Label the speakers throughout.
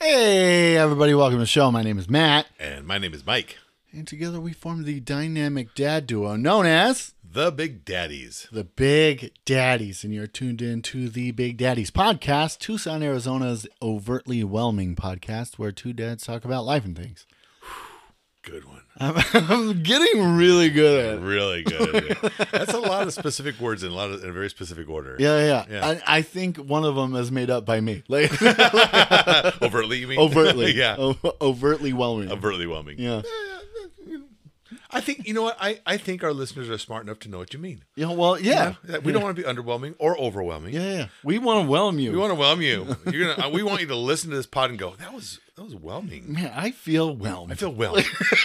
Speaker 1: Hey, everybody, welcome to the show. My name is Matt,
Speaker 2: And my name is Mike,
Speaker 1: and together we form the dynamic dad duo known as
Speaker 2: the Big Daddies.
Speaker 1: the Big Daddies. And you're tuned in to the Big Daddies podcast, Tucson, Arizona's overtly whelming podcast where two dads talk about life and things.
Speaker 2: Good one.
Speaker 1: I'm, I'm getting really good at it.
Speaker 2: Really good. That's a lot of specific words in a lot of in a very specific order.
Speaker 1: Yeah, yeah.
Speaker 2: Yeah.
Speaker 1: I, I think one of them is made up by me, like
Speaker 2: Overtly, you mean?
Speaker 1: overtly,
Speaker 2: yeah.
Speaker 1: o- overtly whelming.
Speaker 2: Overtly whelming.
Speaker 1: yeah,
Speaker 2: I think you know what I, I think our listeners are smart enough to know what you mean.
Speaker 1: yeah. Well, yeah,
Speaker 2: You know, that we don't want to be underwhelming or overwhelming.
Speaker 1: yeah, yeah. We want to whelm you.
Speaker 2: We want to whelm you. You're gonna. we want you to listen to this pod and go. That was that was whelming.
Speaker 1: Man, I feel whelmed.
Speaker 2: I feel whelmed.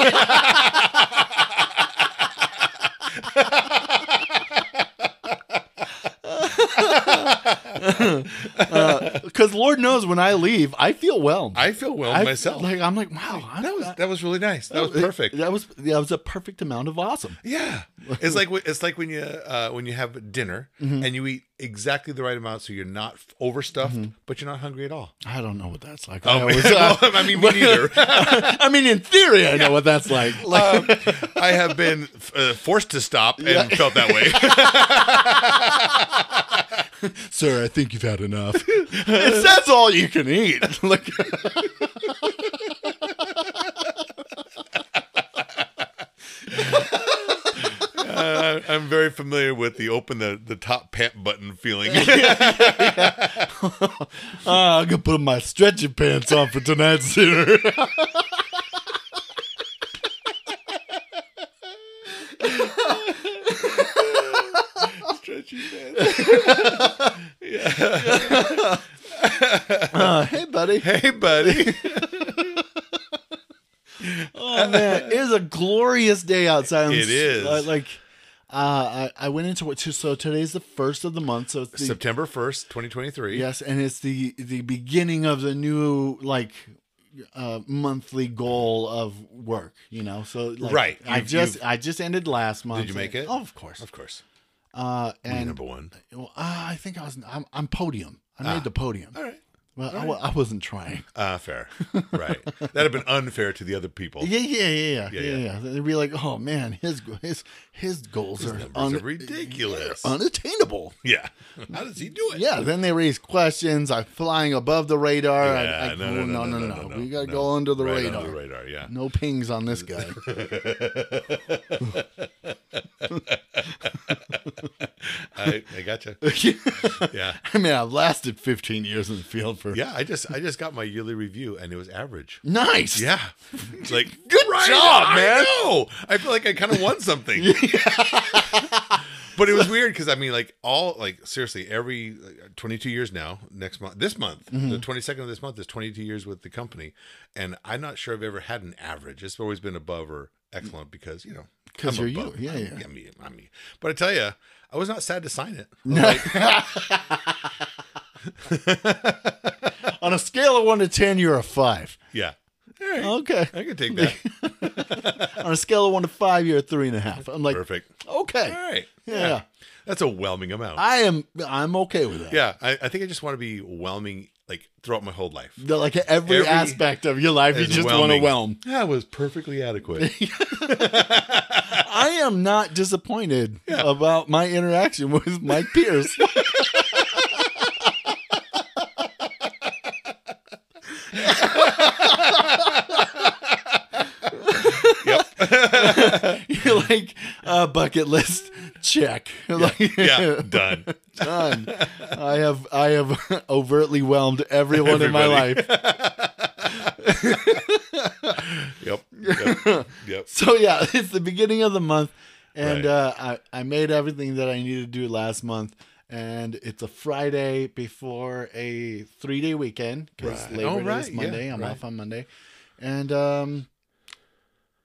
Speaker 1: Because Lord knows when I leave, I feel whelmed.
Speaker 2: I feel whelmed
Speaker 1: I-
Speaker 2: myself.
Speaker 1: Like I'm like, wow, I-
Speaker 2: that was that was really nice. That was perfect.
Speaker 1: That was that was a perfect amount of awesome.
Speaker 2: Yeah, it's like it's like when you uh, when you have dinner
Speaker 1: Mm-hmm.
Speaker 2: and you eat exactly the right amount, so you're not f- overstuffed,
Speaker 1: Mm-hmm.
Speaker 2: but you're not hungry at all.
Speaker 1: I don't know what that's like. I,
Speaker 2: Oh,
Speaker 1: always- uh,
Speaker 2: well, I mean, me neither.
Speaker 1: I mean, in theory, I know what that's like. Like,
Speaker 2: Um, I have been uh, forced to stop and felt that way.
Speaker 1: sir, I think you've had enough. if that's all you can eat, like,
Speaker 2: Uh, I'm very familiar with the open the, the top pant button feeling.
Speaker 1: ah, I'm gonna put my stretchy pants on for tonight's dinner.
Speaker 2: Stretchy pants.
Speaker 1: Uh, hey, buddy.
Speaker 2: Hey, buddy.
Speaker 1: Oh man, it is a glorious day outside. I'm
Speaker 2: It
Speaker 1: s-
Speaker 2: is.
Speaker 1: uh, like, uh, I, I went into what? So today's the first of the month. So it's the
Speaker 2: September 1st, 2023.
Speaker 1: Yes, and it's the the beginning of the new like uh monthly goal of work, you know. So like,
Speaker 2: Right.
Speaker 1: I
Speaker 2: You've-
Speaker 1: just
Speaker 2: you've-
Speaker 1: I just ended last month.
Speaker 2: Did you make it?
Speaker 1: Oh, of course.
Speaker 2: Of course.
Speaker 1: Uh
Speaker 2: Be
Speaker 1: and
Speaker 2: number one.
Speaker 1: well, uh, I think I was I'm, I'm podium. I made the podium.
Speaker 2: Ah. All right.
Speaker 1: Well, I, wa- I wasn't trying.
Speaker 2: Uh, fair. Right. That'd have been unfair to the other people.
Speaker 1: Yeah, yeah, yeah, yeah, yeah,
Speaker 2: Yeah,
Speaker 1: yeah. They'd be like, "Oh man, his his his goals are,
Speaker 2: Numbers
Speaker 1: un-
Speaker 2: are ridiculous.
Speaker 1: unattainable."
Speaker 2: Yeah. How does he do it?
Speaker 1: Yeah, then they raise questions. I'm flying above the radar. I-
Speaker 2: Yeah,
Speaker 1: I- oh, We gotta go under the
Speaker 2: Right
Speaker 1: radar.
Speaker 2: Under the radar, yeah.
Speaker 1: No pings on this guy.
Speaker 2: I, I gotcha. yeah,
Speaker 1: I mean, I've lasted 15 years in the field for
Speaker 2: yeah. I just I just got my yearly review and it was average.
Speaker 1: nice.
Speaker 2: Yeah, like
Speaker 1: Good job,
Speaker 2: I
Speaker 1: man.
Speaker 2: know. I feel like I kind of won something. but it was weird because I mean, like all like seriously, every like, 22 years now. Next month, this month,
Speaker 1: Mm-hmm.
Speaker 2: the 22nd of this month is 22 years with the company, and I'm not sure I've ever had an average. It's always been above or excellent because you know
Speaker 1: 'Cause
Speaker 2: I'm
Speaker 1: you're you.
Speaker 2: above.
Speaker 1: Yeah,
Speaker 2: I'm-
Speaker 1: yeah.
Speaker 2: I mean, I mean, but I tell you, I was not sad to sign it. I was
Speaker 1: On a scale of one to 10, you're a five.
Speaker 2: Yeah.
Speaker 1: Okay.
Speaker 2: I can take that.
Speaker 1: On a scale of one to five, you're a three and a half. I'm like,
Speaker 2: Perfect.
Speaker 1: okay.
Speaker 2: All right.
Speaker 1: Yeah.
Speaker 2: That's a whelming amount.
Speaker 1: I am. I'm okay with that.
Speaker 2: yeah. I, I think I just want to be whelming like throughout my whole life.
Speaker 1: They're Like every,
Speaker 2: Every
Speaker 1: aspect of your life, you
Speaker 2: As
Speaker 1: just want to whelm.
Speaker 2: That was perfectly adequate.
Speaker 1: I am not disappointed about my interaction with my peers.
Speaker 2: yep.
Speaker 1: You're like, uh, bucket list, check. Like,
Speaker 2: Yeah. Done.
Speaker 1: done. I have I have overtly whelmed everyone in my
Speaker 2: Everybody.
Speaker 1: life.
Speaker 2: Yep. Yep. yep.
Speaker 1: So yeah, it's the beginning of the month, and
Speaker 2: Right.
Speaker 1: uh, I I made everything that I needed to do last month, and it's a Friday before a three day weekend because
Speaker 2: Right.
Speaker 1: Labor
Speaker 2: Oh,
Speaker 1: Day
Speaker 2: right,
Speaker 1: is
Speaker 2: yeah,
Speaker 1: Monday. I'm
Speaker 2: right.
Speaker 1: off on Monday, and um,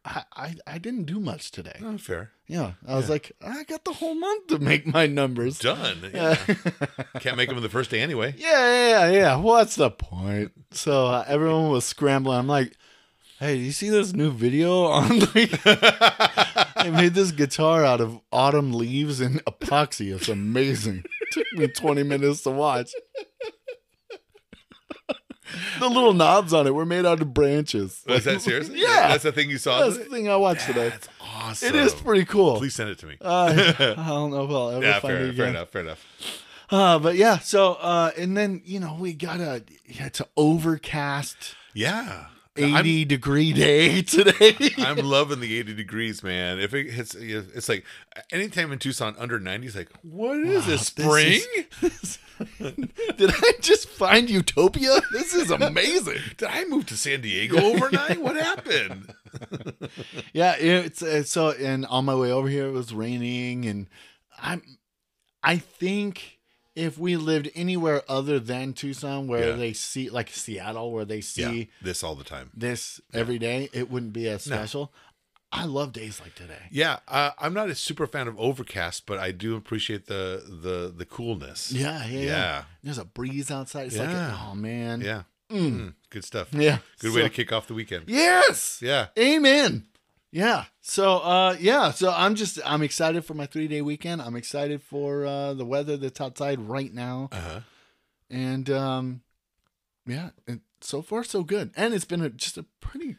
Speaker 1: I, I, I didn't do much today.
Speaker 2: Oh, fair.
Speaker 1: Yeah. I was like, I got the whole month to make my numbers.
Speaker 2: Done.
Speaker 1: Yeah.
Speaker 2: Yeah. Can't make them on the first day anyway.
Speaker 1: yeah, yeah, yeah. What's the point? So uh, everyone was scrambling. I'm like, hey, you see this new video on like I made this guitar out of autumn leaves and epoxy. It's amazing. Took me 20 minutes to watch. the little knobs on it were made out of branches.
Speaker 2: Was that serious?
Speaker 1: Yeah.
Speaker 2: That's the thing you saw.
Speaker 1: That's the thing I watched today.
Speaker 2: That's awesome.
Speaker 1: It is pretty cool.
Speaker 2: Please send it to me.
Speaker 1: Uh, I don't know if I'll ever
Speaker 2: yeah,
Speaker 1: find
Speaker 2: fair,
Speaker 1: it
Speaker 2: fair
Speaker 1: again.
Speaker 2: enough. Fair enough.
Speaker 1: Uh, but yeah, so uh, and then you know we got a it's an overcast
Speaker 2: Yeah.
Speaker 1: 80
Speaker 2: I'm-
Speaker 1: degree day today.
Speaker 2: I'm loving the 80 degrees, man. If it hits, it's like anytime in Tucson under 90, it's like, what is this
Speaker 1: Wow,
Speaker 2: spring?
Speaker 1: this is- Did I just find Utopia? This is amazing.
Speaker 2: Did I move to San Diego overnight? what happened?
Speaker 1: yeah, it's uh, so and on my way over here it was raining and I'm I think if we lived anywhere other than Tucson where
Speaker 2: Yeah.
Speaker 1: they see like Seattle where they see
Speaker 2: Yeah, this all the time.
Speaker 1: this every day, it wouldn't be as special. I love days like today.
Speaker 2: Yeah, uh, I'm not a super fan of overcast, but I do appreciate the the the coolness.
Speaker 1: Yeah, yeah, yeah.
Speaker 2: Yeah.
Speaker 1: There's a breeze outside. It's like,
Speaker 2: Yeah.
Speaker 1: oh man.
Speaker 2: yeah. Mm, good stuff.
Speaker 1: Yeah.
Speaker 2: Good way
Speaker 1: So-
Speaker 2: to kick off the weekend.
Speaker 1: Yes.
Speaker 2: Yeah.
Speaker 1: Amen. Yeah. So uh yeah, so I'm just I'm excited for my 3-day weekend. I'm excited for uh the weather that's outside right now.
Speaker 2: Uh-huh.
Speaker 1: And um yeah, and so far so good. And it's been a, just a pretty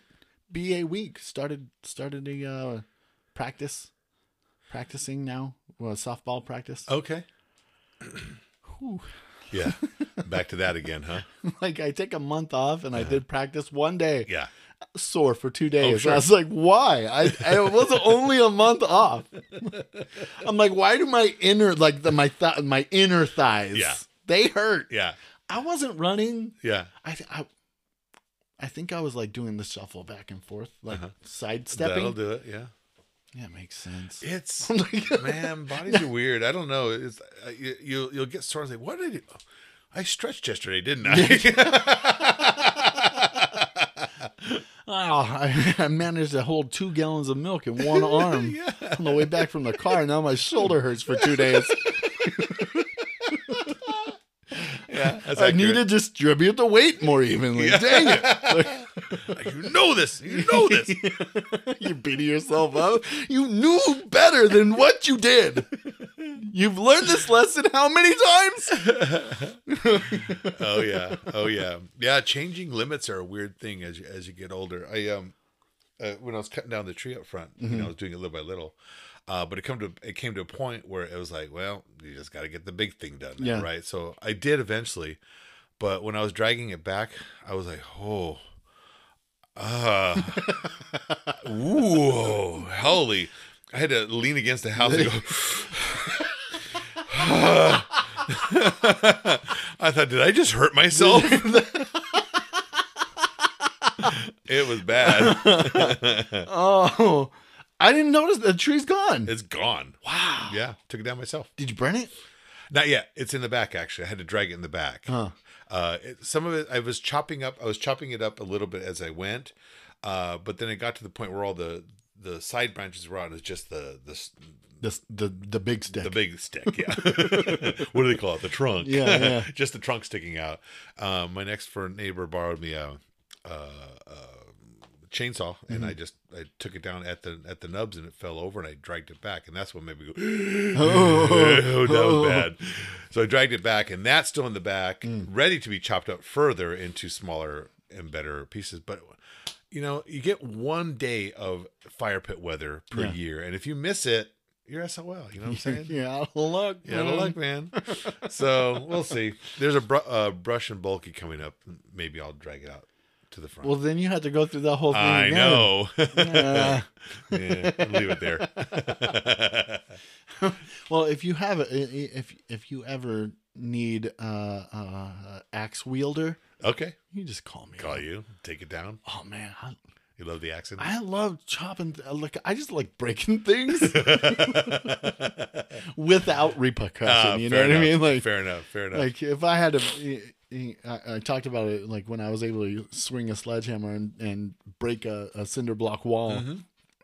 Speaker 1: BA week. Started started the uh practice practicing now. Well, softball practice.
Speaker 2: Okay.
Speaker 1: Whew.
Speaker 2: Yeah. Back to that again, huh?
Speaker 1: like I take a month off and I
Speaker 2: Uh-huh.
Speaker 1: did practice one day.
Speaker 2: Yeah.
Speaker 1: sore for two days.
Speaker 2: Oh, sure.
Speaker 1: I was like, why? I, I was only a month off. I'm like, why do my inner like the, my th- my inner thighs?
Speaker 2: Yeah.
Speaker 1: they hurt.
Speaker 2: Yeah.
Speaker 1: I wasn't running.
Speaker 2: Yeah.
Speaker 1: I th- I, I think I was like doing the shuffle back and forth, like
Speaker 2: Uh-huh. That'll
Speaker 1: sidestepping.
Speaker 2: do it. Yeah.
Speaker 1: yeah, makes sense.
Speaker 2: It's
Speaker 1: I'm like-
Speaker 2: man, bodies are weird. I don't know. It's uh, you, you'll you'll get sort of like, what did you? Oh, I stretched yesterday, didn't I?
Speaker 1: Oh, I, I managed to hold two gallons of milk in one arm
Speaker 2: yeah.
Speaker 1: on the way back from the car. Now my shoulder hurts for two days.
Speaker 2: yeah that's
Speaker 1: I need to
Speaker 2: accurate.
Speaker 1: distribute the weight more evenly. Dang it.
Speaker 2: You know this. You know this.
Speaker 1: You're beating yourself up. You knew better than what you did. You've learned this lesson how many times?
Speaker 2: oh yeah. Oh yeah. Yeah. Changing limits are a weird thing as you, as you get older. I um, uh, when I was cutting down the tree up front, you
Speaker 1: Mm-hmm.
Speaker 2: know, I was doing it little by little. Uh, but it come to it came to a point where it was like, well, you just got to get the big thing done, now,
Speaker 1: Yeah.
Speaker 2: right? So I did eventually, but when I was dragging it back, I was like, oh, uh, whoa, holy! I had to lean against the house and go. I thought, did I just hurt myself? it was bad.
Speaker 1: Oh, I didn't notice the tree's gone.
Speaker 2: It's gone.
Speaker 1: Wow.
Speaker 2: Yeah, took it down myself.
Speaker 1: Did you burn it?
Speaker 2: Not yet. It's in the back. Actually, I had to drag it in the back.
Speaker 1: Huh.
Speaker 2: Uh, it, some of it, I was chopping up. I was chopping it up a little bit as I went, uh, but then it got to the point where all the the side branches were on. It's just the the s-
Speaker 1: The the, the big stick.
Speaker 2: the big stick. Yeah. what do they call it? The trunk.
Speaker 1: Yeah, yeah.
Speaker 2: just the trunk sticking out. Um, my next door neighbor borrowed me a. uh uh chainsaw and
Speaker 1: Mm-hmm.
Speaker 2: i just i took it down at the at the nubs and it fell over and i dragged it back and that's when maybe go oh, that was bad. So I dragged it back, and that's still in the back,
Speaker 1: Mm.
Speaker 2: ready to be chopped up further into smaller and better pieces. But you know, you get one day of fire pit weather per
Speaker 1: Yeah.
Speaker 2: year, and if you miss it, you're SOL. You know what I'm saying?
Speaker 1: You're out of luck.
Speaker 2: Yeah, well, luck, man. So we'll see. There's a br- uh, brush and bulky coming up. Maybe I'll drag it out to the front.
Speaker 1: Well, then you had to go through the whole thing
Speaker 2: I
Speaker 1: again.
Speaker 2: know.
Speaker 1: Uh,
Speaker 2: Yeah, I'll leave it there.
Speaker 1: well, if you have a, if if you ever need uh, uh axe wielder,
Speaker 2: Okay,
Speaker 1: you just call me.
Speaker 2: call you. Take it down.
Speaker 1: Oh man, I,
Speaker 2: You love the accent.
Speaker 1: I love chopping. th- Like I just like breaking things without repercussion.
Speaker 2: Ah,
Speaker 1: you know
Speaker 2: fair
Speaker 1: what I
Speaker 2: enough,
Speaker 1: mean? Like,
Speaker 2: fair enough, fair enough.
Speaker 1: like if I had to, I, I- I talked about it. Like when I was able to swing a sledgehammer and, and break a, a cinder block wall.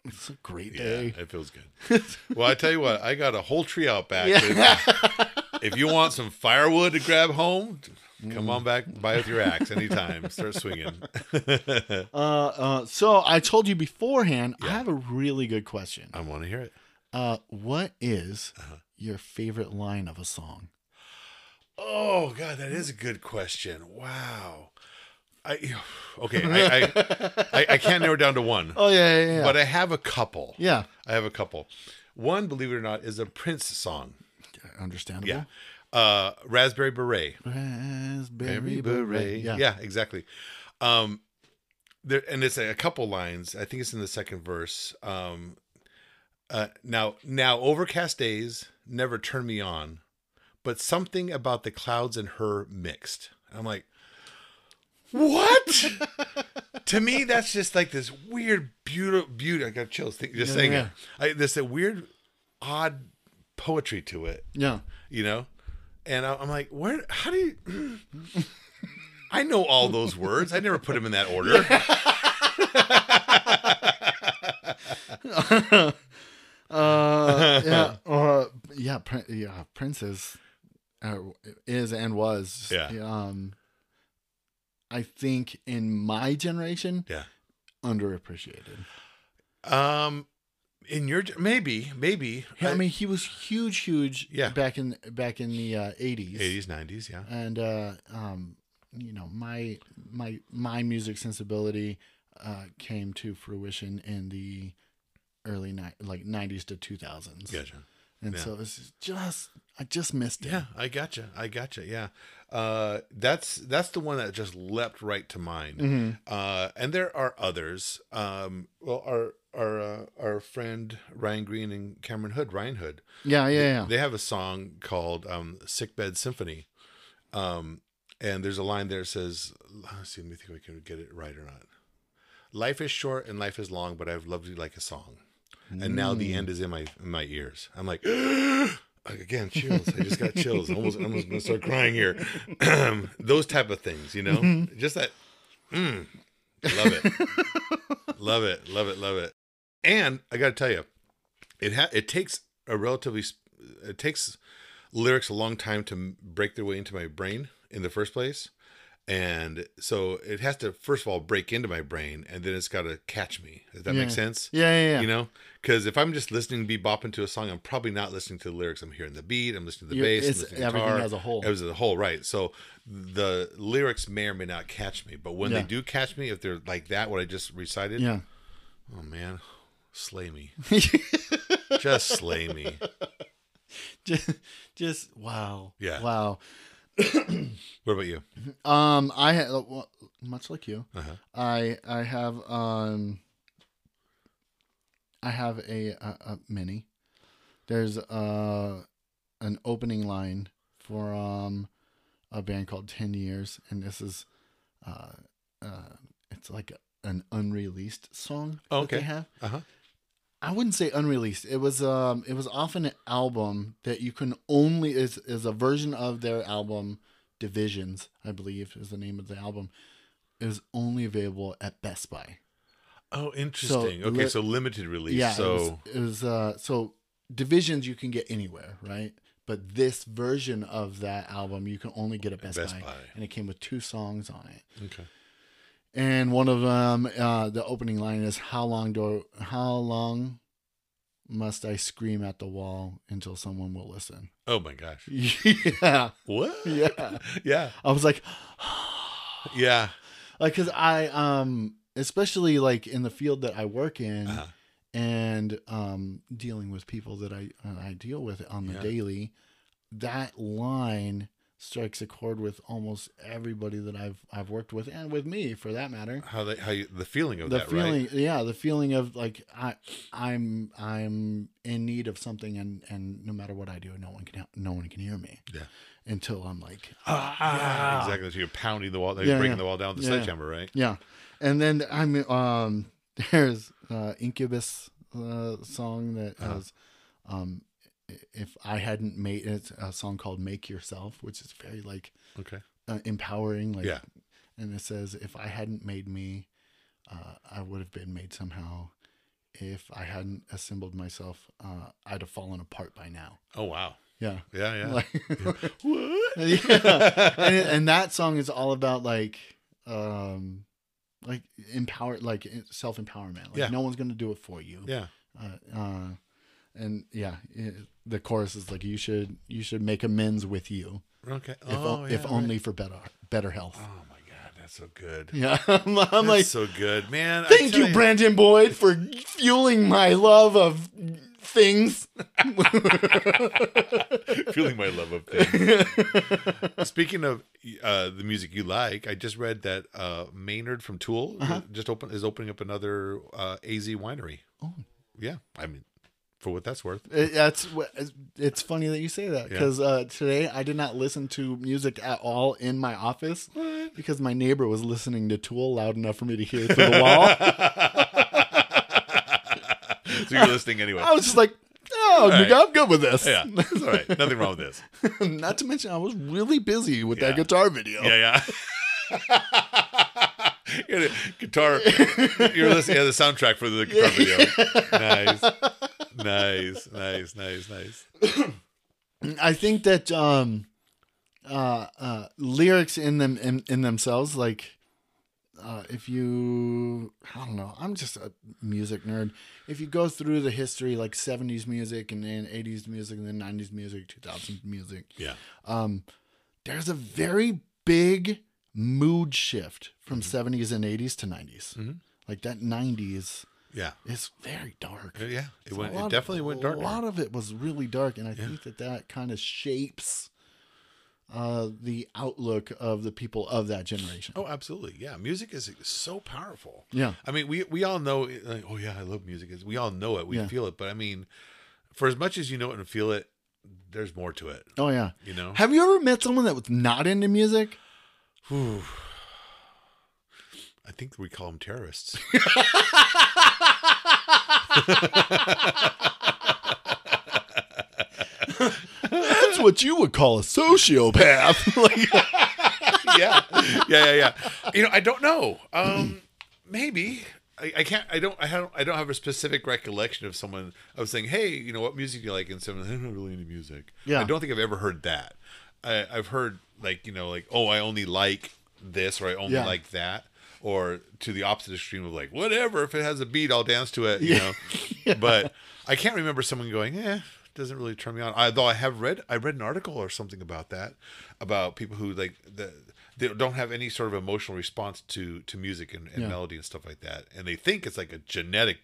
Speaker 1: It's a great
Speaker 2: Mm-hmm. Yeah,
Speaker 1: day.
Speaker 2: it feels good. well, I tell you what, I got a whole tree out back.
Speaker 1: Yeah.
Speaker 2: If you want some firewood to grab home,
Speaker 1: Mm.
Speaker 2: come on back by with your axe anytime. Start swinging.
Speaker 1: Uh, uh, so I told you beforehand. I
Speaker 2: Yeah. Uh-huh.
Speaker 1: have a really good question.
Speaker 2: I want to hear it.
Speaker 1: Uh, what is
Speaker 2: Uh-huh.
Speaker 1: your favorite line of a song?
Speaker 2: Oh God, that is a good question. Wow. I okay. I I, I, I can't narrow it down to one,
Speaker 1: Oh yeah, yeah, yeah.
Speaker 2: but I have a couple.
Speaker 1: yeah,
Speaker 2: I have a couple. One, believe it or not, is a Prince song.
Speaker 1: understandable.
Speaker 2: Yeah. Uh, Raspberry Beret.
Speaker 1: Raspberry beret.
Speaker 2: Yeah.
Speaker 1: Yeah.
Speaker 2: exactly. Um, there and it's a, couple lines. I think it's in the second verse. Um, uh, now, now overcast days never turn me on, but something about the clouds and her mixed. I'm like, what? to me, that's just like this weird, beautiful, beauty. I got chills think, just
Speaker 1: Yeah,
Speaker 2: saying
Speaker 1: yeah.
Speaker 2: it. I, this a weird, odd poetry to it
Speaker 1: Yeah.
Speaker 2: you know and I- i'm like where how do you i know all those words i never put them in that order
Speaker 1: Uh, yeah. Or yeah, Prin- yeah. Princess uh, is and was.
Speaker 2: Yeah.
Speaker 1: Um, I think in my generation,
Speaker 2: yeah
Speaker 1: underappreciated.
Speaker 2: um in your ge- maybe maybe
Speaker 1: I mean, he was huge, huge.
Speaker 2: Yeah.
Speaker 1: Back in back in the uh, 80s.
Speaker 2: 80s 90s yeah
Speaker 1: and uh, um, you know my my my music sensibility uh, came to fruition in the early ni- like 90s to 2000s
Speaker 2: gotcha
Speaker 1: and
Speaker 2: yeah.
Speaker 1: so it's just i just missed it
Speaker 2: yeah i gotcha i gotcha yeah uh that's that's the one that just leapt right to mind
Speaker 1: Mhm.
Speaker 2: uh and there are others um well our our uh, our friend ryan green and cameron hood ryan hood
Speaker 1: yeah yeah yeah
Speaker 2: They have a song called um, "Sickbed Symphony," um, and there's a line there that says, "Let's see, let me think if I can get it right or not." Life is short and life is long, but I've loved you like a song, and now the end is in my in my ears. I'm like, again, chills. I just got chills. Almost, I'm almost gonna start crying here. Those type of things, you know, just that. Mm, love it, love it, love it, love it. And I got to tell you, it ha- it takes a relatively s- it takes lyrics a long time to m- break their way into my brain in the first place and so it has to first of all break into my brain and then it's got to catch me does that make
Speaker 1: Yeah.
Speaker 2: sense
Speaker 1: yeah yeah yeah
Speaker 2: you know because if i'm just listening bebopping to a song i'm probably not listening to the lyrics i'm hearing the beat i'm listening to the
Speaker 1: You-
Speaker 2: bass I'm
Speaker 1: it's
Speaker 2: listening to
Speaker 1: everything
Speaker 2: guitar,
Speaker 1: as a whole.
Speaker 2: as a whole right so the lyrics may or may not catch me but when they
Speaker 1: Yeah.
Speaker 2: do catch me if they're like that what i just recited
Speaker 1: yeah
Speaker 2: oh man slay me just slay me
Speaker 1: just, just wow
Speaker 2: Yeah.
Speaker 1: wow
Speaker 2: what about you
Speaker 1: um i ha- well, much like you
Speaker 2: Uh-huh.
Speaker 1: i i have um i have a a, a mini there's uh an opening line for um a band called 10 years and this is uh uh it's like an unreleased song that
Speaker 2: Okay.
Speaker 1: they have
Speaker 2: Uh-huh.
Speaker 1: I wouldn't say unreleased. It was um it was often an album that you can only is is a version of their album Divisions, I believe is the name of the album. It was only available at Best Buy.
Speaker 2: Oh, interesting. okay,
Speaker 1: li-
Speaker 2: so limited release.
Speaker 1: Yeah,
Speaker 2: so
Speaker 1: it was, it was uh so Divisions you can get anywhere, right? But this version of that album you can only get at Best,
Speaker 2: Best
Speaker 1: Buy,
Speaker 2: Buy.
Speaker 1: and it came with two songs on it.
Speaker 2: okay.
Speaker 1: And one of them, uh, the opening line is "How long do how long must I scream at the wall until someone will listen?"
Speaker 2: Oh my gosh.
Speaker 1: yeah,
Speaker 2: What? Yeah.
Speaker 1: yeah.
Speaker 2: Yeah.
Speaker 1: I was like,
Speaker 2: Yeah.
Speaker 1: like, cause I um, especially like in the field that I work in,
Speaker 2: Uh-huh.
Speaker 1: and um, dealing with people that I uh, I deal with on the
Speaker 2: Yeah.
Speaker 1: daily, that line strikes a chord with almost everybody that I've I've worked with and with me for that matter.
Speaker 2: How they how you the feeling of
Speaker 1: the
Speaker 2: that,
Speaker 1: feeling
Speaker 2: right?
Speaker 1: yeah the feeling of like i i'm i'm in need of something and and no matter what i do no one can help, no one can hear me
Speaker 2: Yeah.
Speaker 1: until i'm like
Speaker 2: Yeah, exactly. So you're pounding the wall, like
Speaker 1: Ah. Yeah,
Speaker 2: breaking
Speaker 1: yeah.
Speaker 2: the wall down with the
Speaker 1: Yeah, yeah.
Speaker 2: sledgehammer, right?
Speaker 1: yeah and then i'm um there's uh incubus uh song that
Speaker 2: Uh-huh.
Speaker 1: has um if i hadn't made it's a song called make yourself which is very like
Speaker 2: Okay.
Speaker 1: uh, empowering like
Speaker 2: Yeah.
Speaker 1: and it says if i hadn't made me uh, i would have been made somehow if I hadn't assembled myself, uh, I'd have fallen apart by now.
Speaker 2: Oh wow.
Speaker 1: Yeah.
Speaker 2: Yeah, yeah.
Speaker 1: Like-
Speaker 2: what?
Speaker 1: yeah. And, and that song is all about like, um, like empower, like self empowerment. Like
Speaker 2: Yeah.
Speaker 1: no one's gonna do it for you.
Speaker 2: Yeah.
Speaker 1: Uh, uh, and yeah, it- the chorus is like, you should you should make amends with you,
Speaker 2: Okay.
Speaker 1: if,
Speaker 2: oh,
Speaker 1: o-
Speaker 2: yeah,
Speaker 1: if
Speaker 2: right.
Speaker 1: only for better better health.
Speaker 2: Oh my god, that's so good.
Speaker 1: Yeah, I'm, I'm
Speaker 2: That's
Speaker 1: like,
Speaker 2: so good, man. I
Speaker 1: Thank
Speaker 2: tell
Speaker 1: you, Brandon Boyd, for fueling my love of things.
Speaker 2: Feeling my love of things. Speaking of uh, the music you like, I just read that uh, Maynard from Tool
Speaker 1: Uh-huh.
Speaker 2: just open is opening up another uh, AZ winery. Oh, yeah. I mean, for what that's worth.
Speaker 1: It- that's what- it's funny that you say that
Speaker 2: Yeah.
Speaker 1: because uh, today I did not listen to music at all in my office because my neighbor was listening to Tool loud enough for me to hear through the wall.
Speaker 2: so you're listening anyway.
Speaker 1: I was just like, oh,
Speaker 2: right.
Speaker 1: I'm good with this.
Speaker 2: yeah, it's all right. Nothing wrong with this.
Speaker 1: not to mention I was really busy with that
Speaker 2: Yeah.
Speaker 1: guitar video.
Speaker 2: Yeah, yeah. Oh. You're the guitar. You're listening to the soundtrack for the guitar video. Nice, nice, nice, nice, nice.
Speaker 1: I think that um, uh, uh, lyrics in them in, in themselves, like uh, if you, I don't know, I'm just a music nerd. If you go through the history, like '70s music and then '80s music and then '90s music, 2000s music,
Speaker 2: Yeah,
Speaker 1: um, there's a very big mood shift from '70s and '80s to '90s. Like that '90s
Speaker 2: yeah, Uh,
Speaker 1: is very dark.
Speaker 2: yeah. It
Speaker 1: So
Speaker 2: went.
Speaker 1: a lot
Speaker 2: It
Speaker 1: of-
Speaker 2: definitely went
Speaker 1: A
Speaker 2: dark.
Speaker 1: lot of it was really dark, and I think that that kind of shapes uh, the outlook of the people of that generation.
Speaker 2: Oh, absolutely. Yeah, music is so powerful.
Speaker 1: Yeah.
Speaker 2: I mean, we we all know. Like, oh yeah, I love music. It's- We all know it. We
Speaker 1: Yeah.
Speaker 2: feel it. But I mean, for as much as you know it and feel it, there's more to it.
Speaker 1: Oh yeah.
Speaker 2: You know.
Speaker 1: Have you ever met someone that was not into music?
Speaker 2: Whew. I think we call them terrorists.
Speaker 1: That's what you would call a sociopath. like,
Speaker 2: yeah, yeah, yeah, yeah. You know, I don't know. Um, maybe I, I can't. I don't. I don't. I don't have a specific recollection of someone. I was saying, hey, you know, what music do you like? And someone, I'm not really into music.
Speaker 1: Yeah.
Speaker 2: I don't think I've ever heard that. I, I've heard like you know, like oh, I only like this or I only
Speaker 1: Yeah.
Speaker 2: like that. Or to the opposite extreme of like whatever, if it has a beat, I'll dance to it, you know. But I can't remember someone going, "Eh, doesn't really turn me on." I, though I have read, I read an article or something about that, about people who like the, they don't have any sort of emotional response to to music and, and
Speaker 1: Yeah.
Speaker 2: melody and stuff like that, and they think it's like a genetic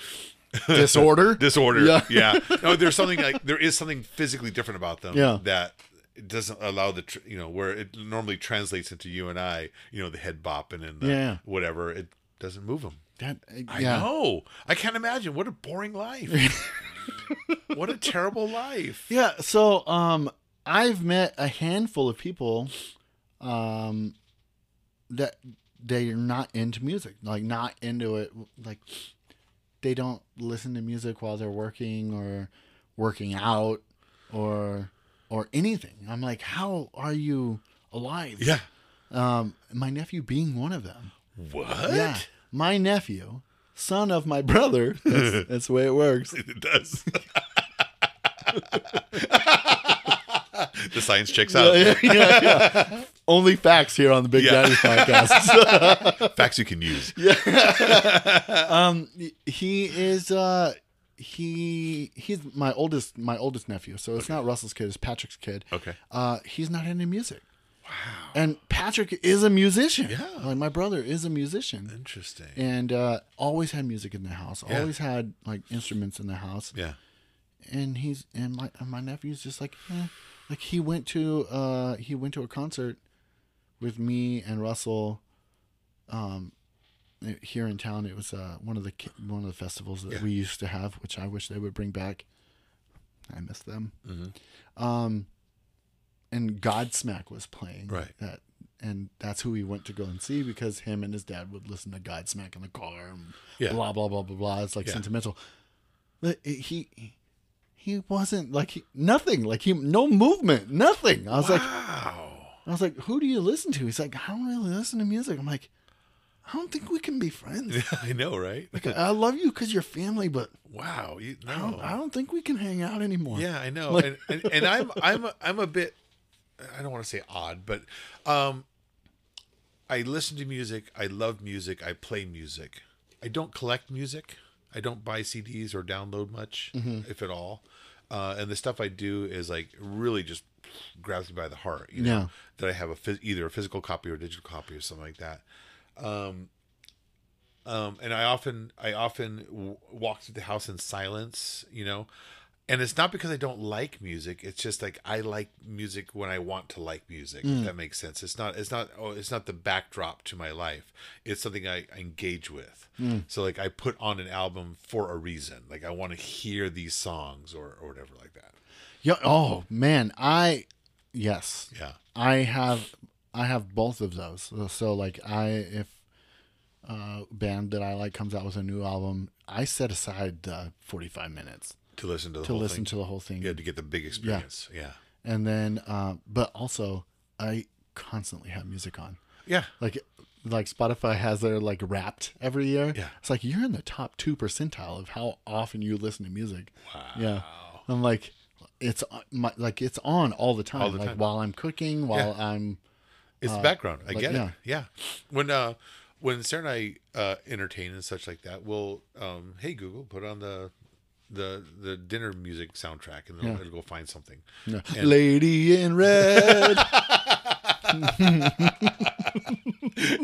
Speaker 1: Disorder?
Speaker 2: disorder.
Speaker 1: Yeah.
Speaker 2: Yeah. No, there's something like there is something physically different about them.
Speaker 1: Yeah.
Speaker 2: That it doesn't allow the tr- you know where it normally translates into you and I. You know the head bopping and the
Speaker 1: Yeah.
Speaker 2: whatever. It doesn't move them.
Speaker 1: that,
Speaker 2: I
Speaker 1: yeah.
Speaker 2: know. I can't imagine. What a boring life. what a terrible life.
Speaker 1: Yeah, so um I've met a handful of people um that they're not into music, like not into it like they don't listen to music while they're working or working out or or anything. I'm like, "How are you alive?"
Speaker 2: Yeah.
Speaker 1: Um my nephew being one of them.
Speaker 2: What?
Speaker 1: Yeah. My nephew, son of my brother. That's, that's the way it works.
Speaker 2: It does. the science checks out.
Speaker 1: Yeah, yeah, yeah. Only facts here on the Big
Speaker 2: Yeah.
Speaker 1: Daddy's podcast.
Speaker 2: Facts you can use.
Speaker 1: um, he is uh, he he's my oldest my oldest nephew. So it's not Russell's kid; it's Patrick's kid.
Speaker 2: Okay.
Speaker 1: Uh, he's not into music. Wow. And Patrick is a musician.
Speaker 2: Yeah.
Speaker 1: Like my brother is a musician,
Speaker 2: Interesting.
Speaker 1: and uh, always had music in the house.
Speaker 2: Yeah.
Speaker 1: Always had like instruments in the house.
Speaker 2: Yeah.
Speaker 1: and he's and my and my nephew's just like eh. like he went to uh he went to a concert with me and Russell um here in town it was uh one of the ki- one of the festivals that
Speaker 2: Yeah.
Speaker 1: we used to have which I wish they would bring back I miss them
Speaker 2: Mm-hmm.
Speaker 1: um and Godsmack was playing
Speaker 2: Right.
Speaker 1: that and that's who he went to go and see because him and his dad would listen to Godsmack in the car and
Speaker 2: Yeah.
Speaker 1: blah blah blah blah blah it's like
Speaker 2: Yeah.
Speaker 1: sentimental But he he wasn't like he, nothing like he no movement nothing i was like
Speaker 2: Wow.
Speaker 1: i was like who do you listen to he's like i don't really listen to music i'm like I don't think we can be friends.
Speaker 2: I know, right?
Speaker 1: Like, I love you because you're family, but
Speaker 2: Wow. You,
Speaker 1: I don't,
Speaker 2: no.
Speaker 1: I don't think we can hang out anymore.
Speaker 2: Oh. Yeah, I know.
Speaker 1: Like-
Speaker 2: and, and and I'm I'm a, I'm a bit I don't want to say odd, but um I listen to music, I love music, I play music. I don't collect music. I don't buy CDs or download much
Speaker 1: Mm-hmm.
Speaker 2: if at all. Uh, and the stuff I do is like really just grabs me by the heart, you know,
Speaker 1: Yeah.
Speaker 2: that I have a phys- either a physical copy or a digital copy or something like that. um, and I often I often w- walk through the house in silence, you know, and it's not because I don't like music. It's just like I like music when I want to like music.
Speaker 1: Mm.
Speaker 2: If that makes sense. It's not it's not oh it's not the backdrop to my life. It's something I, I engage with.
Speaker 1: Mm.
Speaker 2: So like I put on an album for a reason. Like I want to hear these songs or or whatever like that.
Speaker 1: Yeah. Oh man, I yes,
Speaker 2: Yeah.
Speaker 1: I have I have both of those. So like I if a band that I like comes out with a new album, I set aside uh, 45 minutes
Speaker 2: To listen to the
Speaker 1: to
Speaker 2: whole
Speaker 1: listen
Speaker 2: thing.
Speaker 1: to the whole thing.
Speaker 2: yeah to get the big experience. Yeah.
Speaker 1: And then uh, but also I constantly have music on.
Speaker 2: Yeah.
Speaker 1: Like like Spotify has their like wrapped every year.
Speaker 2: Yeah.
Speaker 1: It's like you're in the top 2 percentile of how often you listen to music.
Speaker 2: Wow.
Speaker 1: Yeah. I'm like it's on- my, like it's on all the time
Speaker 2: the
Speaker 1: like
Speaker 2: time.
Speaker 1: while I'm cooking, while I'm
Speaker 2: It's the background. I
Speaker 1: like,
Speaker 2: get
Speaker 1: Uh, yeah.
Speaker 2: it. Yeah. When uh when Sarah and I uh entertain and such like that, we'll um hey Google, put on the the the dinner music soundtrack and then it'll go find something.
Speaker 1: No. Lady in Red.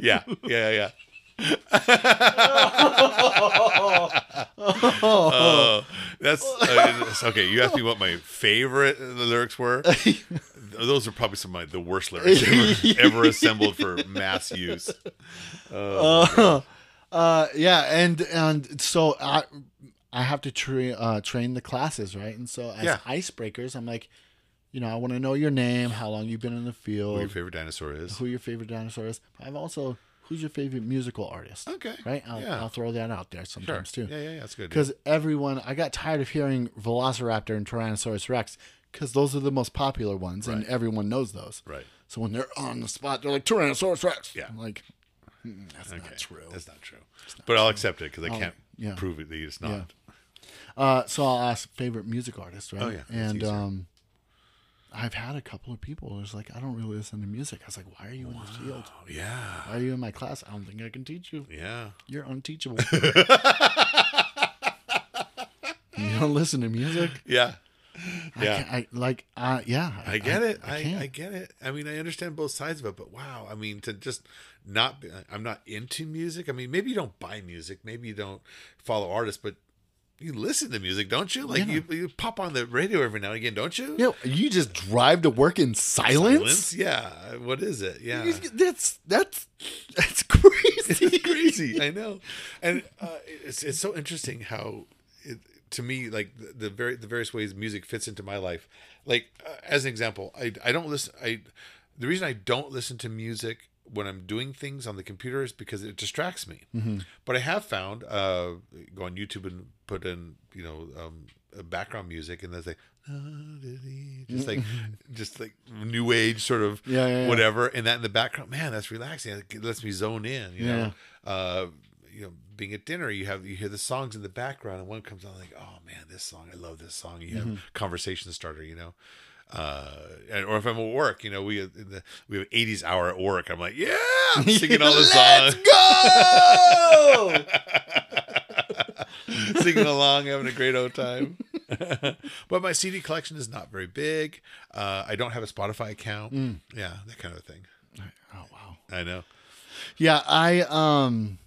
Speaker 2: yeah. Yeah, yeah. Uh, Oh, that's uh, it's- okay. You asked me what my favorite uh, the lyrics were. Th- Those are probably some of my, the worst lyrics ever, ever assembled for mass use.
Speaker 1: uh, yeah, and and so I I have to tra- uh, train the classes, right? And so as
Speaker 2: Yeah.
Speaker 1: icebreakers, I'm like, you know, I want to know your name, how long you've been in the
Speaker 2: What your
Speaker 1: field,
Speaker 2: favorite dinosaur is?
Speaker 1: who your favorite dinosaur is. I've also who's your favorite musical artist,
Speaker 2: Okay.
Speaker 1: right? I'll,
Speaker 2: yeah.
Speaker 1: I'll throw that out there
Speaker 2: Sure.
Speaker 1: sometimes too,
Speaker 2: Yeah, yeah, yeah. That's good.
Speaker 1: because everyone I got tired of hearing Velociraptor and Tyrannosaurus Rex because those are the most popular ones, and everyone knows those.
Speaker 2: Right.
Speaker 1: So when they're on the spot, they're like Tyrannosaurus Rex.
Speaker 2: Yeah.
Speaker 1: I'm like, "Mm, that's not true.
Speaker 2: That's not true. Oh, but I'll accept it because I can't
Speaker 1: yeah.
Speaker 2: prove it that it's not.
Speaker 1: Uh, so I'll ask favorite music artist, right?
Speaker 2: Oh, yeah, that's
Speaker 1: and
Speaker 2: easier.
Speaker 1: um, I've had a couple of people who's like, I don't really listen to music. I was like, Why are you in the field?
Speaker 2: Oh yeah.
Speaker 1: Why are you in my class? I don't think I can teach you.
Speaker 2: Yeah.
Speaker 1: You're unteachable. you don't listen to music.
Speaker 2: Yeah.
Speaker 1: I
Speaker 2: Yeah.
Speaker 1: can't- I, like, uh, yeah,
Speaker 2: I get it. I, I,
Speaker 1: can't.
Speaker 2: get it. I mean, I understand both sides of it, but wow, I mean, to just not be, I'm not into music. I mean, maybe you don't buy music, maybe you don't follow artists, but you listen to music, don't you? Like you, you pop on the radio every now and again, don't you?
Speaker 1: You, know, you just drive to work in silence.
Speaker 2: Silence? Yeah. What is it? Yeah.
Speaker 1: That's that's that's crazy.
Speaker 2: it's crazy. I know, and uh, it's it's so interesting how, it, to me, like the, the very the various ways music fits into my life. Like uh, as an example, I I don't listen. I the reason I don't listen to music when I'm doing things on the computer is because it distracts me.
Speaker 1: Mm-hmm.
Speaker 2: But I have found uh, go on YouTube and put in you know um, background music and then say. Just like, just like new age sort of
Speaker 1: Yeah, yeah, yeah.
Speaker 2: whatever, and that in the background, man, that's relaxing. It lets me zone in. You know, uh, you know, being at dinner, you have you hear the songs in the background, and one comes on like, oh man, this song, I love this song. You have
Speaker 1: Mm-hmm.
Speaker 2: conversation starter, you know. Uh, and- or if I'm at work, you know, we in the, we have 80s hour at work. I'm like, yeah, I'm singing all the
Speaker 1: Let's
Speaker 2: songs,
Speaker 1: Oh, go.
Speaker 2: Oh! singing along, having a great old time. but my CD collection is not very big. Uh, I don't have a Spotify account.
Speaker 1: Mm.
Speaker 2: Yeah, that kind of thing.
Speaker 1: oh wow.
Speaker 2: I know.
Speaker 1: Yeah, I um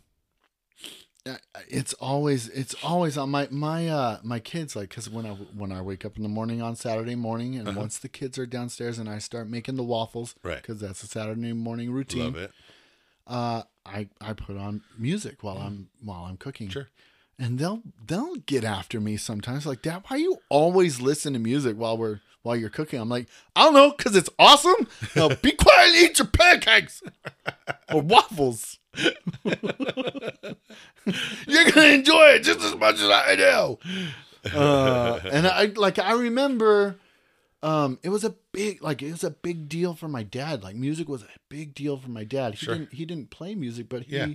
Speaker 1: I- it's always it's always on my my uh my kids like cuz when I when I wake up in the morning on Saturday morning and once the kids are downstairs and I start making the waffles
Speaker 2: Uh-huh. Right.
Speaker 1: cuz that's a Saturday morning routine.
Speaker 2: Love it.
Speaker 1: Uh I I put on music while I'm while I'm cooking.
Speaker 2: Mm. Sure.
Speaker 1: And they'll they'll get after me sometimes like dad why you always listen to music while we're while you're cooking. I'm like, I don't know cuz it's awesome. Now be quiet and eat your pancakes or waffles.
Speaker 2: You're gonna enjoy it just as much as I do.
Speaker 1: Uh, and I like I remember um it was a big like it was a big deal for my dad. Like music was a big deal for my dad. He
Speaker 2: Sure.
Speaker 1: didn't he didn't play music, but he
Speaker 2: Yeah.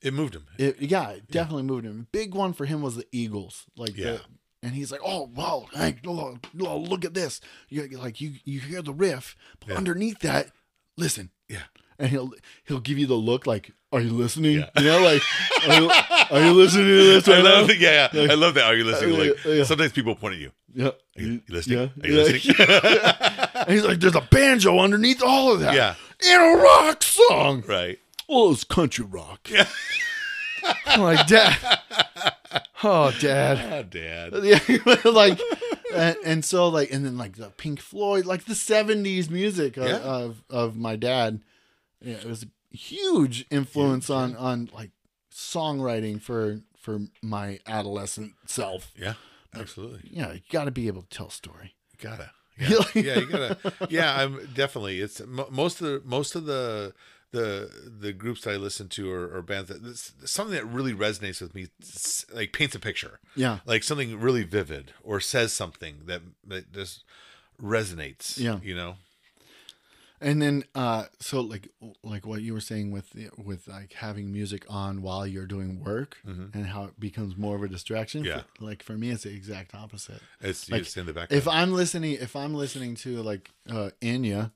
Speaker 2: It moved him.
Speaker 1: It, yeah, it definitely moved him. Big one for him was the Eagles. Like the-
Speaker 2: Yeah.
Speaker 1: and he's like, "Oh, wow, Hank, lo- lo- look at this. You like you you hear the riff, but
Speaker 2: Yeah.
Speaker 1: underneath that, listen."
Speaker 2: Yeah.
Speaker 1: And he'll he'll give you the look like, "Are you listening?"
Speaker 2: Yeah.
Speaker 1: You know, like, are you, are you listening to this
Speaker 2: I
Speaker 1: right now?
Speaker 2: love it. Yeah, yeah. I love that. Are you listening?
Speaker 1: Yeah,
Speaker 2: Like
Speaker 1: oh, yeah.
Speaker 2: sometimes people point at you.
Speaker 1: Yeah.
Speaker 2: Are you you listening?
Speaker 1: Yeah.
Speaker 2: Are you
Speaker 1: Yeah.
Speaker 2: listening?
Speaker 1: And he's like, "There's a banjo underneath all of that."
Speaker 2: Yeah.
Speaker 1: In a rock song.
Speaker 2: right.
Speaker 1: Well, it's country rock. Yeah. I'm like, Dad. Oh, Dad.
Speaker 2: Ah, dad.
Speaker 1: yeah, like, and, and so like, and then like the Pink Floyd, like the '70s music of
Speaker 2: Yeah.
Speaker 1: of, of my dad, yeah, it was a huge influence on on like songwriting for for my adolescent self.
Speaker 2: Yeah. Absolutely.
Speaker 1: Yeah, you got to be able to tell a story.
Speaker 2: Gotta. Yeah.
Speaker 1: Yeah.
Speaker 2: yeah, you gotta. Yeah, I'm definitely. It's mo- most of the most of the the the groups that I listen to or, or bands that this, something that really resonates with me, s- like paints a picture,
Speaker 1: Yeah,
Speaker 2: like something really vivid or says something that that just resonates.
Speaker 1: Yeah.
Speaker 2: you know.
Speaker 1: and then uh, so like like what you were saying with with like having music on while you're doing work
Speaker 2: Mhm.
Speaker 1: and how it becomes more of a distraction.
Speaker 2: Yeah.
Speaker 1: like for me, it's the exact opposite.
Speaker 2: It's
Speaker 1: Like,
Speaker 2: it's in the background.
Speaker 1: If I'm listening, if I'm listening to like uh Enya,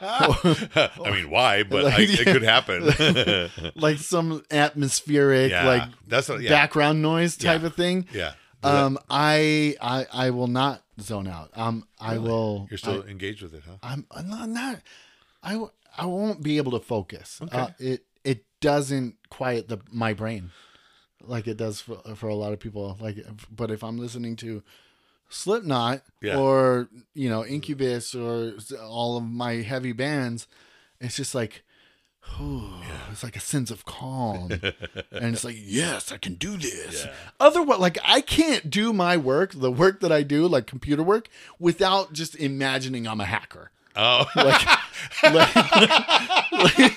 Speaker 2: I mean, why? But I, it could happen.
Speaker 1: like some atmospheric
Speaker 2: yeah,
Speaker 1: like
Speaker 2: that's what, yeah,
Speaker 1: background noise type
Speaker 2: Yeah.
Speaker 1: of thing,
Speaker 2: yeah.
Speaker 1: um, I I I will not zone out. Um, I will.
Speaker 2: You're still engaged with it, huh?
Speaker 1: I, am I'm not, not. I w- I won't be able to focus. Uh, it it doesn't quiet the my brain, like it does for, for a lot of people. Like, but if I'm listening to Slipknot
Speaker 2: Yeah.
Speaker 1: or you know Incubus or s- all of my heavy bands, it's just like. "Whew," It's like a sense of calm, and it's like, yes, I can do this. Otherwise, like I can't do my work, the work that I do, like computer work, without just imagining I'm a hacker.
Speaker 2: Oh,
Speaker 1: Like, like,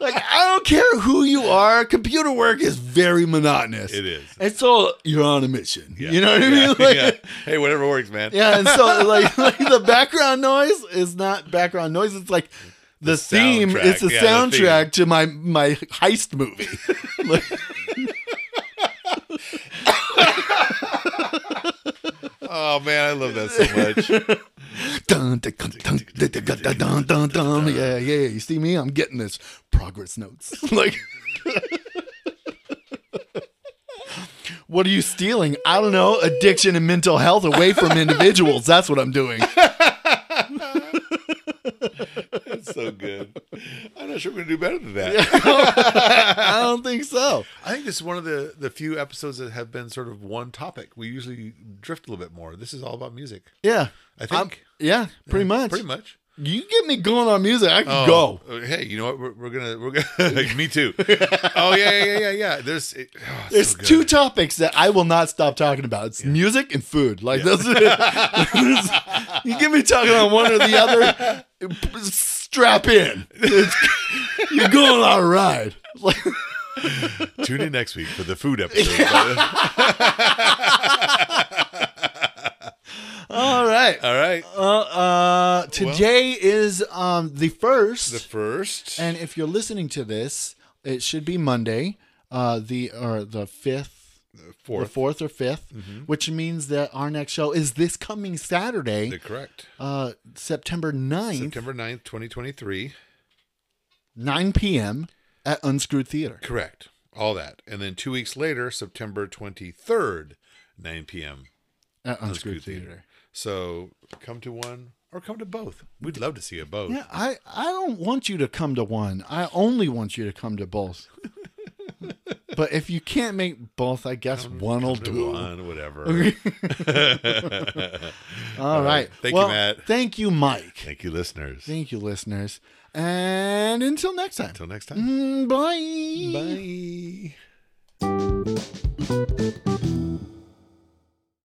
Speaker 1: like, I don't care who you are, computer work is very monotonous.
Speaker 2: it is.
Speaker 1: And so you're on a mission.
Speaker 2: Yeah.
Speaker 1: You know what I
Speaker 2: Yeah,
Speaker 1: mean? Like,
Speaker 2: yeah. Hey, whatever works, man.
Speaker 1: yeah, and so like, like the background noise is not background noise. It's like the, theme.
Speaker 2: soundtrack.
Speaker 1: It's the
Speaker 2: Yeah, the
Speaker 1: soundtrack to my my heist movie. Like-
Speaker 2: Oh man, I love that so much.
Speaker 1: dun, dun, dun, dun, dun, dun, dun, dun, dun, dun. Yeah, yeah, yeah. You see me? I'm getting this progress notes. Like, what are you stealing? I don't know. Addiction and mental health away from individuals. That's what I'm doing.
Speaker 2: That's so good. I'm not sure we're gonna do better than that.
Speaker 1: I don't think so.
Speaker 2: I think this is one of the the few episodes that have been sort of one topic. We usually drift a little bit more. This is all about music.
Speaker 1: Yeah,
Speaker 2: I think
Speaker 1: I'm- yeah, pretty much.
Speaker 2: pretty much.
Speaker 1: You get me going on music, I can go.
Speaker 2: Oh, Hey, you know what? We're, we're gonna we're gonna. me too. Oh yeah yeah yeah yeah. There's it, oh, it's
Speaker 1: There's
Speaker 2: so good.
Speaker 1: two topics that I will not stop talking about. It's music and food. Like those, are- you get me talking on one or the other. Strap in. It's- you're going on a ride. Like,
Speaker 2: Tune in next week for the food episode.
Speaker 1: all right.
Speaker 2: All right.
Speaker 1: Uh, uh, today is um, the first,
Speaker 2: The first.
Speaker 1: and if you're listening to this, it should be Monday, uh, the or the fifth, the
Speaker 2: fourth. Mm-hmm.
Speaker 1: fourth or 5th which means that our next show is this coming Saturday.
Speaker 2: the correct.
Speaker 1: uh, September 9th,
Speaker 2: September 9th, 2023.
Speaker 1: 9 p.m. at Unscrewed Theater.
Speaker 2: Correct. All that. And then two weeks later, September 23rd, 9 p.m.
Speaker 1: At Unscrewed,
Speaker 2: Unscrewed
Speaker 1: Theater.
Speaker 2: So come to one or come to both. We'd love to see you both.
Speaker 1: Yeah, I, I don't want you to come to one. I only want you to come to both. but if you can't make both, I guess one will
Speaker 2: Come to
Speaker 1: do.
Speaker 2: one, whatever.
Speaker 1: All right.
Speaker 2: Thank you,
Speaker 1: Well,
Speaker 2: Matt.
Speaker 1: Thank you, Mike.
Speaker 2: Thank you, listeners.
Speaker 1: Thank you, listeners. And until next time.
Speaker 2: Until next time.
Speaker 1: Mm, Bye.
Speaker 2: Bye.